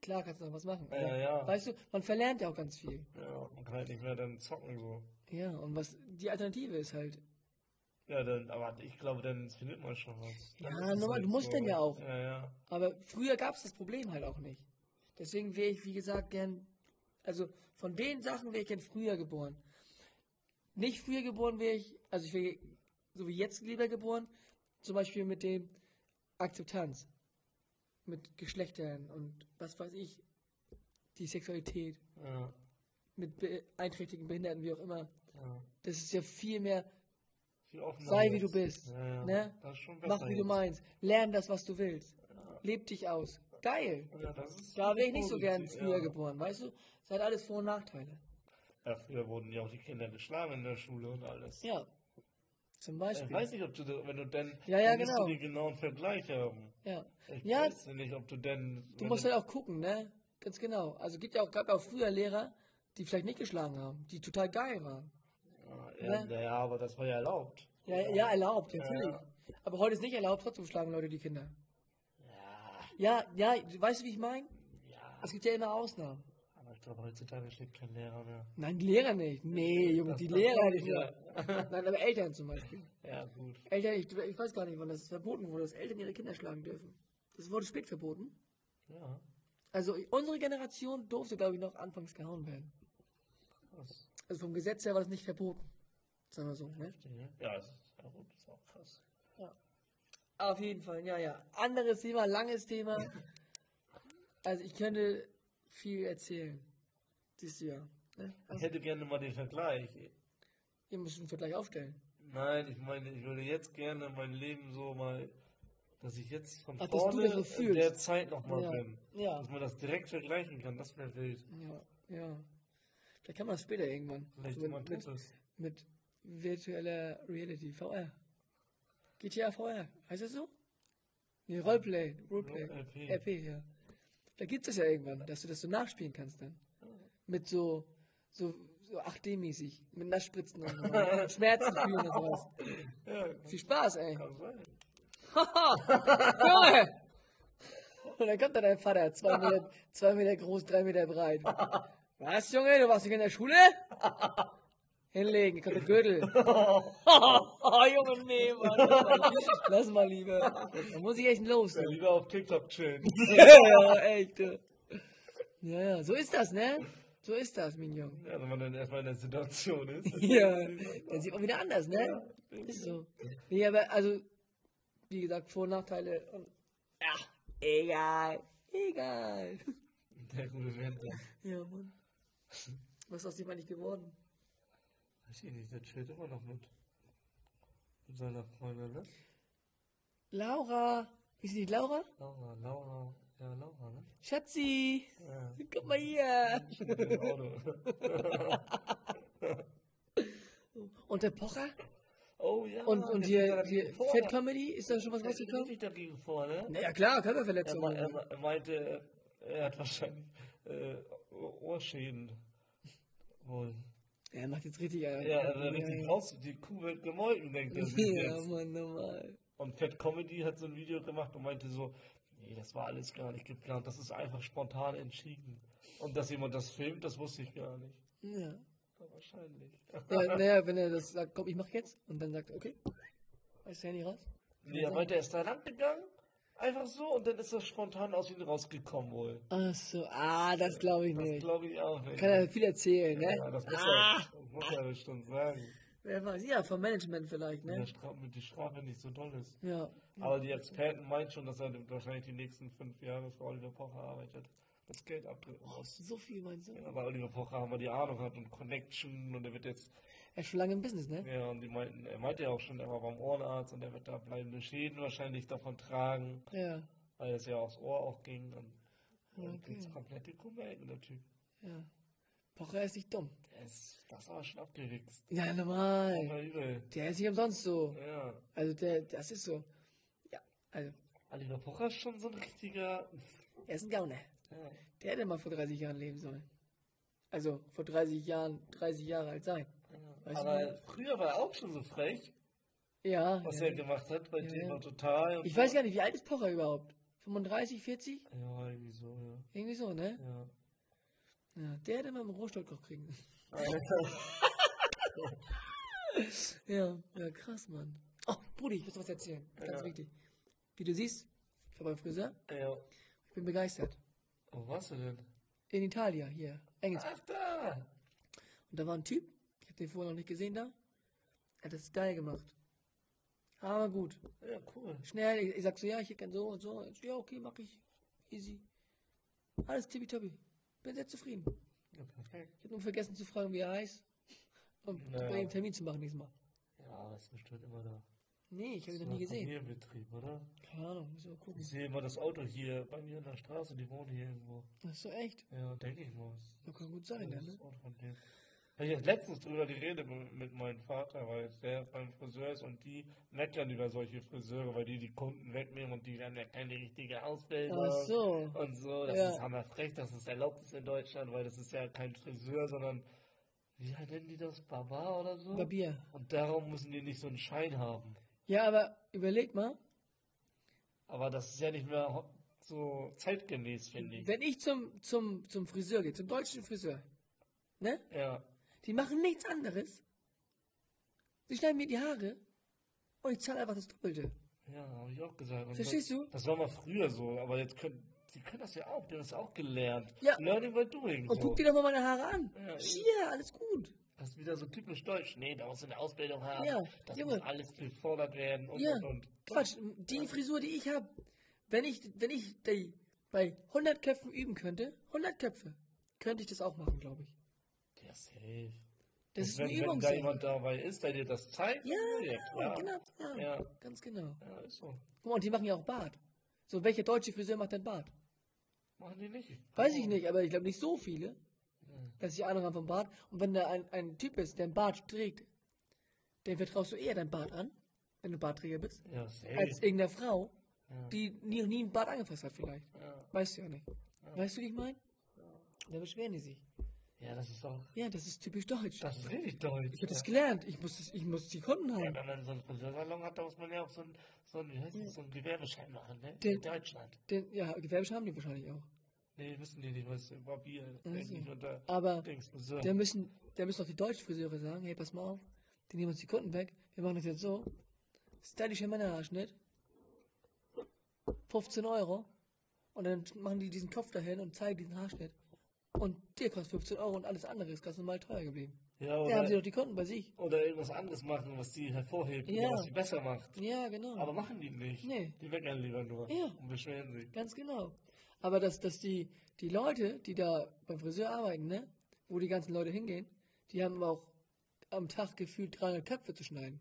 B: klar kannst du noch was machen.
A: Ja,
B: aber
A: ja.
B: Weißt du, man verlernt ja auch ganz viel.
A: ja, man kann halt nicht mehr dann zocken so.
B: Ja, und was die Alternative ist halt.
A: Ja, dann, aber ich glaube, dann findet man schon was. Dann
B: Ja,
A: ist es
B: normal, du musst dann ja auch.
A: Ja, ja.
B: Aber früher gab es das Problem halt auch nicht. Deswegen wäre ich, wie gesagt, gern, also von den Sachen wäre ich gern früher geboren. Nicht früher geboren wäre ich, also ich wäre so wie jetzt lieber geboren, zum Beispiel mit dem Akzeptanz, mit Geschlechtern und was weiß ich, die Sexualität,
A: Ja,
B: mit beeinträchtigten Behinderten, wie auch immer.
A: ja.
B: Das ist ja viel mehr,
A: Viel offener
B: sei wie
A: jetzt.
B: du bist,
A: Ja, ja.
B: ne?
A: Das ist schon besser.
B: mach wie du
A: jetzt.
B: meinst, lern das, was du willst, leb dich aus. Geil!
A: Ja, das ist
B: Da wäre ich nicht so gern
A: positiv,
B: früher
A: ja.
B: geboren, weißt du? Es hat alles Vor- und Nachteile.
A: Ja, früher wurden ja auch die Kinder geschlagen in der Schule und alles.
B: Ja. Zum
A: Ich
B: Beispiel.
A: weiß nicht, ob du, da- wenn du denn,
B: Ja, ja,
A: dann musst
B: genau.
A: du den genauen Vergleich haben.
B: Ja.
A: Ich
B: Ja,
A: weiß nicht, ob du denn,
B: du musst halt auch gucken, ne? Ganz genau. Also gibt ja auch, gab ja auch früher Lehrer, die vielleicht nicht geschlagen haben, die total geil waren.
A: ja,
B: ne?
A: naja, aber das war ja erlaubt.
B: Ja, ja erlaubt,
A: Ja,
B: natürlich. Aber heute ist nicht erlaubt, trotzdem schlagen Leute die Kinder.
A: Ja,
B: Ja, ja, du- weißt du, wie ich meine?
A: ja.
B: Es gibt ja immer Ausnahmen.
A: Aber ich glaube, heutzutage steht kein Lehrer mehr.
B: Nein, die Lehrer nicht. Nee, Junge, die Lehrer nicht. Nein, aber Eltern zum Beispiel.
A: Ja, gut.
B: Eltern, ich, ich weiß gar nicht, wann das verboten wurde, dass Eltern ihre Kinder schlagen dürfen. Das wurde spät verboten.
A: Ja.
B: Also unsere Generation durfte, glaube ich, noch anfangs gehauen werden.
A: Krass.
B: Also vom Gesetz her war das nicht verboten. Sagen wir so, ne?
A: Ja, das ist, ja gut, ist auch krass.
B: Auf jeden Fall, ja, ja. Anderes Thema, langes Thema. Also ich könnte viel erzählen. Siehst du ja. Ne?
A: Ich
B: Also,
A: hätte gerne mal den Vergleich.
B: ihr müsst einen Vergleich aufstellen.
A: Nein, ich meine, ich würde jetzt gerne mein Leben so mal, dass ich jetzt von
B: Ach, dass du
A: vorne
B: das so
A: in der
B: fühlst.
A: Zeit nochmal
B: Ja.
A: bin.
B: Ja.
A: Dass man das direkt vergleichen kann, das wäre wild.
B: Ja, ja. Vielleicht kann man das später irgendwann. ne?
A: Vielleicht
B: so
A: jemand
B: mit, mit,
A: Drittes.
B: mit virtueller Reality, VR. GTA VR, heißt das so? Nee, Roleplay, Roleplay.
A: RP.
B: RP, ja. Da gibt es ja irgendwann, dass du das so nachspielen kannst dann. Mit so, so, so 8D-mäßig, mit Nassspritzen und so. Schmerzen fühlen und sowas.
A: Ja,
B: Viel Spaß, ey.
A: kann sein.
B: Junge! Und dann kommt da dein Vater, zwei Meter, zwei Meter groß, drei Meter breit. Was, Junge, du warst nicht in der Schule? Hinlegen, kommt der Gürtel. oh, Junge, nee, Mann. Lass mal lieber. Da muss ich echt los.
A: Ja,
B: du.
A: lieber auf TikTok chillen.
B: ja, echt. du. Ja, ja, so ist das, ne? So ist das, Mignon.
A: Ja, also wenn man dann erstmal in der Situation ist.
B: Ja, dann sieht man wieder anders, ne? Ist so. Nee, aber also, wie gesagt, Vor- und Nachteile und. Ja, egal. Egal.
A: Der gute Winter.
B: Ja, Mann. Was ist aus dem eigentlich geworden?
A: Weiß ich nicht, der chillt immer noch mit. Mit seiner Freundin, ne?
B: Laura. Ist sie nicht Laura?
A: Laura, Laura. Ja, Laura, ne?
B: Schatzi.
A: Ja.
B: Guck mal hier.
A: Im Auto.
B: Und der Pocher?
A: Oh ja.
B: Und, und
A: der
B: die,
A: geht da
B: die
A: dagegen vor.
B: Fat Comedy? Ist da schon was
A: Der geht
B: rausgekommen?
A: wirklich dagegen vor, ne?
B: Naja, klar,
A: Er,
B: Körperverletzung.
A: me- er, me- er meinte, er hat wahrscheinlich äh, Ohr- Ohrschäden. Wohl.
B: Er macht jetzt richtig, Alter.
A: Ja, er wird richtig raus. Die Kuh wird gemolken, denkt er sich
B: Ja,
A: jetzt.
B: Mann, normal.
A: Und Fat Comedy hat so ein Video gemacht und meinte so, nee, das war alles gar nicht geplant, das ist einfach spontan entschieden. Und dass jemand das filmt, das wusste ich gar nicht.
B: Ja.
A: Ja, wahrscheinlich.
B: Ja, naja, wenn er das sagt, komm, ich mach jetzt, und dann sagt, er, okay, ist das Handy raus.
A: Nee, er meinte, er ist da lang gegangen, einfach so, und dann ist das spontan aus ihm rausgekommen wohl.
B: Ach so, ah, das glaube ich
A: Das
B: nicht.
A: glaube ich auch nicht.
B: Kann er viel erzählen, ne?
A: ja, das muss,
B: ah,
A: er, das muss er bestimmt sagen.
B: wer weiß, ja, vom Management vielleicht,
A: Wenn
B: ne?
A: der Stra- wenn die Strafe nicht so doll ist.
B: Ja.
A: Aber die Experten meinen schon, dass er wahrscheinlich die nächsten fünf Jahre für Oliver Pocher arbeitet. Das Geld abdrücken muss.
B: So viel meinst du?
A: Aber Oliver Pocher aber die Ahnung hat und Connection und er wird jetzt,
B: Er ist schon lange im Business, ne?
A: ja, und die meinten, er meinte ja auch schon, er war beim Ohrenarzt und er wird da bleibende Schäden wahrscheinlich davon tragen,
B: Ja,
A: weil es ja aufs Ohr auch ging und, und
B: Okay.
A: jetzt komplett die Kuh melken, der Typ.
B: ja. Pocher ist nicht dumm.
A: Der ist, das war schon abgewichst.
B: Ja, normal.
A: War übel.
B: Der ist nicht umsonst so.
A: Ja.
B: Also, der, das ist so. Ja, also,
A: Oliver Pocher ist schon so ein richtiger,
B: er ist ein Gauner.
A: ja,
B: Der hätte mal vor 30 Jahren leben sollen. Also, vor 30 Jahren, 30 Jahre alt sein. Weißt du,
A: aber
B: wie-
A: früher war er auch schon so frech,
B: Ja.
A: was
B: ja.
A: er gemacht hat bei
B: Ja,
A: Thema
B: ja.
A: Total. und
B: Ich
A: so.
B: weiß gar nicht, wie alt ist Pocher überhaupt? 35, 40?
A: Ja, irgendwie so, ja.
B: Irgendwie so, ne?
A: ja.
B: Ja, der hätte mal einen Rohstoffkoch kriegen. ja, ja, krass, Mann. Oh, Brudi, ich muss dir was erzählen. Ganz
A: Ja.
B: wichtig. Wie du siehst, ich war beim Friseur,
A: ja.
B: ich bin begeistert.
A: Wo warst du denn?
B: In Italien, hier, Engelsberg.
A: Ach, da!
B: Und da war ein Typ, ich habe den vorher noch nicht gesehen da. Er hat das geil gemacht. Aber gut.
A: Ja, cool.
B: Schnell, ich, ich sag so, ja, ich kann so und so. Ich, ja, okay, mach ich. Easy. Alles tippitoppi. Bin sehr zufrieden.
A: Ja, perfekt.
B: Ich habe nur vergessen zu fragen, wie er heißt. Um
A: Naja.
B: bei ihm Termin zu machen nächstes Mal.
A: Ja, aber ist bestimmt immer da.
B: Nee, ich habe ihn
A: Das
B: noch nie
A: war
B: gesehen.
A: Familienbetrieb, oder?
B: Keine Ahnung, muss ich mal
A: Ich
B: gucken.
A: sehe immer das Auto hier bei mir in der Straße, die wohnen hier irgendwo.
B: Das ist so echt.
A: Ja, denke ich mal.
B: Ja, kann gut sein,
A: Das
B: dann,
A: ist
B: ne?
A: das Auto von dem. Habe ich jetzt letztens drüber geredet mit mit meinem Vater, weil der beim Friseur ist und die meckern über solche Friseure, weil die die Kunden wegnehmen und die haben ja keine richtige Ausbildung.
B: Ach so.
A: Und so, das
B: Ja.
A: ist hammerfrech, dass es erlaubt ist in Deutschland, weil das ist ja kein Friseur, sondern wie nennen die das? Barbar oder so?
B: Barbier.
A: Und darum müssen die nicht so einen Schein haben.
B: Ja, aber überleg mal,
A: Aber das ist ja nicht mehr ho- so zeitgemäß, finde ich.
B: wenn ich zum, zum, zum Friseur gehe, zum deutschen Friseur, ne?
A: Ja,
B: Die machen nichts anderes. Sie schneiden mir die Haare und ich zahle einfach das Doppelte.
A: ja, habe ich auch gesagt. Und
B: Verstehst
A: das,
B: du?
A: Das war mal früher so, aber jetzt können die können das ja auch, die haben das auch gelernt.
B: Ja.
A: Learning by doing.
B: Und
A: so.
B: guck dir doch mal meine Haare an.
A: Ja, eben.
B: Hier, alles gut.
A: Das ist wieder so typisch deutsch. Nee, da musst du eine Ausbildung haben.
B: Ja,
A: das
B: Junge.
A: muss alles gefordert werden und,
B: Ja,
A: und, und.
B: Quatsch, die Frisur, die ich habe, wenn ich, wenn ich die bei 100 Köpfen üben könnte, 100 Köpfe, könnte ich das auch machen, glaube ich.
A: Ja, safe.
B: Das
A: Und
B: ist
A: wenn,
B: eine
A: wenn da
B: Übungssache.
A: jemand dabei ist, der dir das zeigt,
B: Ja,
A: ja,
B: ja,
A: klar.
B: genau, ja,
A: Ja.
B: ganz genau.
A: Ja, ist so.
B: Guck mal, und die machen ja auch Bart. So, welcher deutsche Friseur macht denn Bart?
A: Machen die nicht.
B: Weiß ich nicht, aber ich glaube nicht so viele, dass ich Ahnung habe vom Bart. Und wenn da ein, ein Typ ist, der einen Bart trägt, dem vertraust du eher deinen Bart an, wenn du Bartträger bist,
A: Ja, safe.
B: als irgendeiner Frau,
A: Ja.
B: die nie noch nie einen Bart angefasst hat vielleicht.
A: ja.
B: Weißt du ja nicht. Weißt du, wie ich meine? Da beschweren die sich.
A: ja, das ist auch.
B: Ja, das ist typisch deutsch.
A: Das ist richtig deutsch.
B: ich habe das gelernt. Ich muss, das, ich muss die Kunden
A: Ja,
B: haben.
A: wenn man so einen Friseursalon hat, da muss man ja auch so einen, so einen, wie heißt das, so einen Gewerbeschein machen, ne?
B: Der-
A: In Deutschland.
B: Den, ja, Gewerbe haben die wahrscheinlich auch.
A: Nee, müssen die nicht, weil es im Papier
B: Also.
A: nicht unter
B: Aber
A: Dings Friseur.
B: da müssen, da müssen auch die deutschen Friseure sagen, hey, pass mal auf, die nehmen uns die Kunden weg. Wir machen das jetzt so. Stylischer Männerhaarschnitt. 15 Euro. Und dann machen die diesen Kopf dahin und zeigen diesen Haarschnitt. Und der kostet 15 Euro und alles andere ist ganz normal teuer geblieben.
A: Ja,
B: Da haben sie
A: oder,
B: doch die Kunden bei sich.
A: oder irgendwas anderes machen, was die hervorhebt
B: Ja.
A: oder was sie besser macht.
B: Ja, genau.
A: Aber machen die nicht.
B: Nee.
A: Die weckern lieber nur
B: Ja.
A: und beschweren sich.
B: Ganz genau. Aber dass, dass die, die Leute, die da beim Friseur arbeiten, ne, wo die ganzen Leute hingehen, die haben auch am Tag gefühlt 300 Köpfe zu schneiden.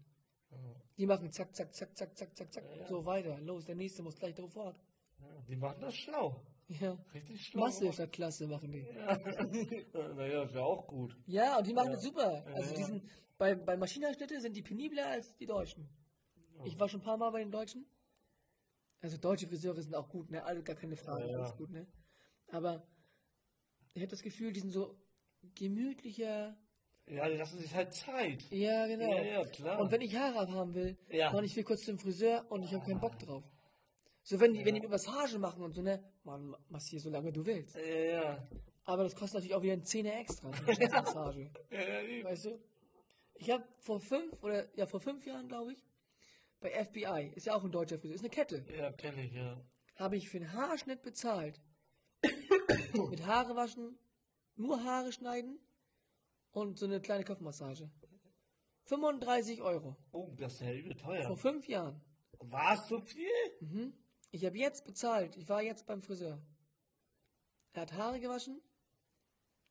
B: Die machen zack, zack, zack, zack, zack, zack, zack, so weiter. Los, der nächste muss gleich drauf warten.
A: Ja. Die machen das schlau.
B: Ja.
A: Richtig schlau.
B: Masse statt Klasse machen die.
A: naja, ist ja auch gut.
B: Ja, und die machen das super. Also diesen, bei, bei Maschinenschnitte sind die penibler als die Deutschen. Ich war schon ein paar Mal bei den Deutschen. Also deutsche Friseure sind auch gut, ne? Alle gar keine Frage,
A: Ja, ja.
B: alles gut, ne? Aber ich habe das Gefühl, die sind so gemütlicher.
A: Ja, die lassen sich halt Zeit.
B: Ja, genau.
A: Ja, ja, klar.
B: Und wenn ich Haare abhaben will,
A: Ja.
B: Mann, ich will kurz zum Friseur und ich habe keinen Bock drauf. So, wenn die, wenn die mir Massage machen und so, ne? Mann, ma- massier so lange du willst.
A: Ja, ja.
B: Aber das kostet natürlich auch wieder einen Zehner extra. ne? Scheiß Massage.
A: ja, ja.
B: Weißt du? Ich habe vor fünf oder ja vor fünf Jahren glaube ich bei FBI ist ja auch ein deutscher Friseur, ist eine Kette,
A: ja kenne ich, ja.
B: habe ich für einen Haarschnitt bezahlt mit Haare waschen, nur Haare schneiden und so eine kleine Kopfmassage. 35 Euro
A: Oh, das ist ja übel teuer.
B: vor fünf Jahren.
A: War es so viel?
B: Ich habe jetzt bezahlt. Ich war jetzt beim Friseur. Er hat Haare gewaschen.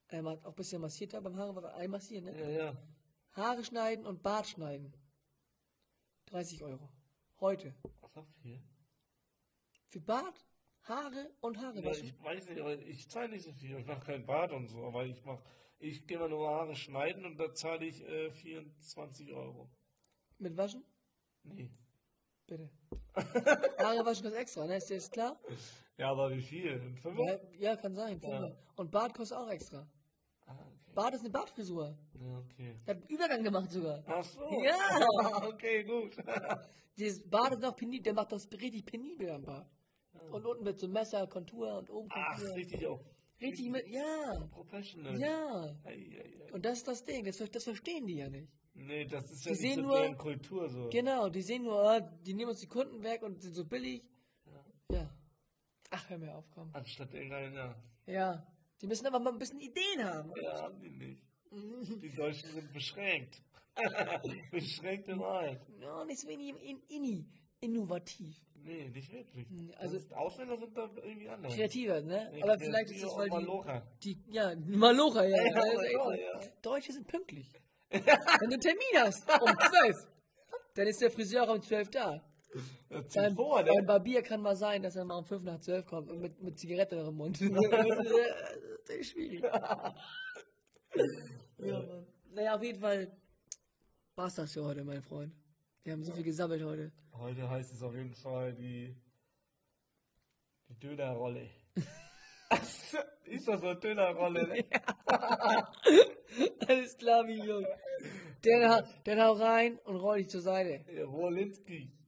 B: Er hat auch ein bisschen massiert, aber beim Haare war ein Massieren, ne?
A: Ja, ja.
B: Haare schneiden und Bart schneiden. 30 Euro. Heute.
A: So viel?
B: Für Bart, Haare und Haare
A: Ja,
B: waschen.
A: ich weiß nicht, aber ich zahle nicht so viel. Ich mache kein Bad und so, aber ich mache. Ich gehe mal nur Haare schneiden und da zahle ich äh, 24 Euro.
B: Mit Waschen?
A: Nee.
B: Bitte. Haare waschen kostet extra, ne? Ist dir das klar?
A: Ja, aber wie viel? Ein Fünfer?
B: Ja, ja kann sein. Fünfer.
A: Ja.
B: Und Bart kostet auch extra.
A: Ah, okay.
B: Bart ist eine Bartfrisur.
A: Ja, okay.
B: Er hat einen Übergang gemacht sogar.
A: Ach so.
B: Ja.
A: okay, gut.
B: Dieses Bart ist noch penibel. Der macht das richtig penibel am Bart. Und unten wird so Messer, Kontur und oben
A: Ach,
B: Kontur.
A: richtig auch.
B: richtig mit, ja.
A: Professional.
B: Ja.
A: Ei, ei, ei.
B: Und das ist das Ding. Das, ver- das verstehen die ja nicht.
A: Nee, das ist
B: Die
A: ja nicht
B: sehen
A: so
B: nur-
A: deren Kultur so.
B: Genau, die sehen nur, ah, die nehmen uns die Kunden weg und sind so billig. Ja. Ach, hör mir auf, komm.
A: Anstatt irgendeiner.
B: Ja. Die müssen aber mal ein bisschen Ideen haben.
A: Ja, haben die nicht. Die Deutschen sind beschränkt. beschränkt im Alt.
B: Ja, nicht so wenig in, inni- innovativ.
A: Nee, nicht wirklich.
B: also-
A: Das- Ausländer sind da irgendwie anders.
B: Kreativer, ne?
A: Nee,
B: aber
A: kreativ
B: vielleicht ist es,
A: und
B: weil
A: Malocher.
B: die, die. Ja, Malocher, ja.
A: Ja,
B: ja,
A: Malocher,
B: ja. Deutsche sind pünktlich. Wenn du einen Termin hast, um 12, dann ist der Friseur um 12 da.
A: Das zieht
B: Beim,
A: vor,
B: beim
A: ne?
B: Barbier kann mal sein, dass er mal um 5 nach 12 kommt und mit, mit Zigarette noch im Mund. das ist echt schwierig. ja, Mann. Naja, auf jeden Fall war's das für heute, mein Freund. Wir haben so viel gesammelt heute.
A: Heute heißt es auf jeden Fall die, die Dönerrolle. ist das so eine Dönerrolle, ne?
B: Alles klar, wie Junge. Dann, hau- dann hau rein und roll dich zur Seite.
A: Rolinski.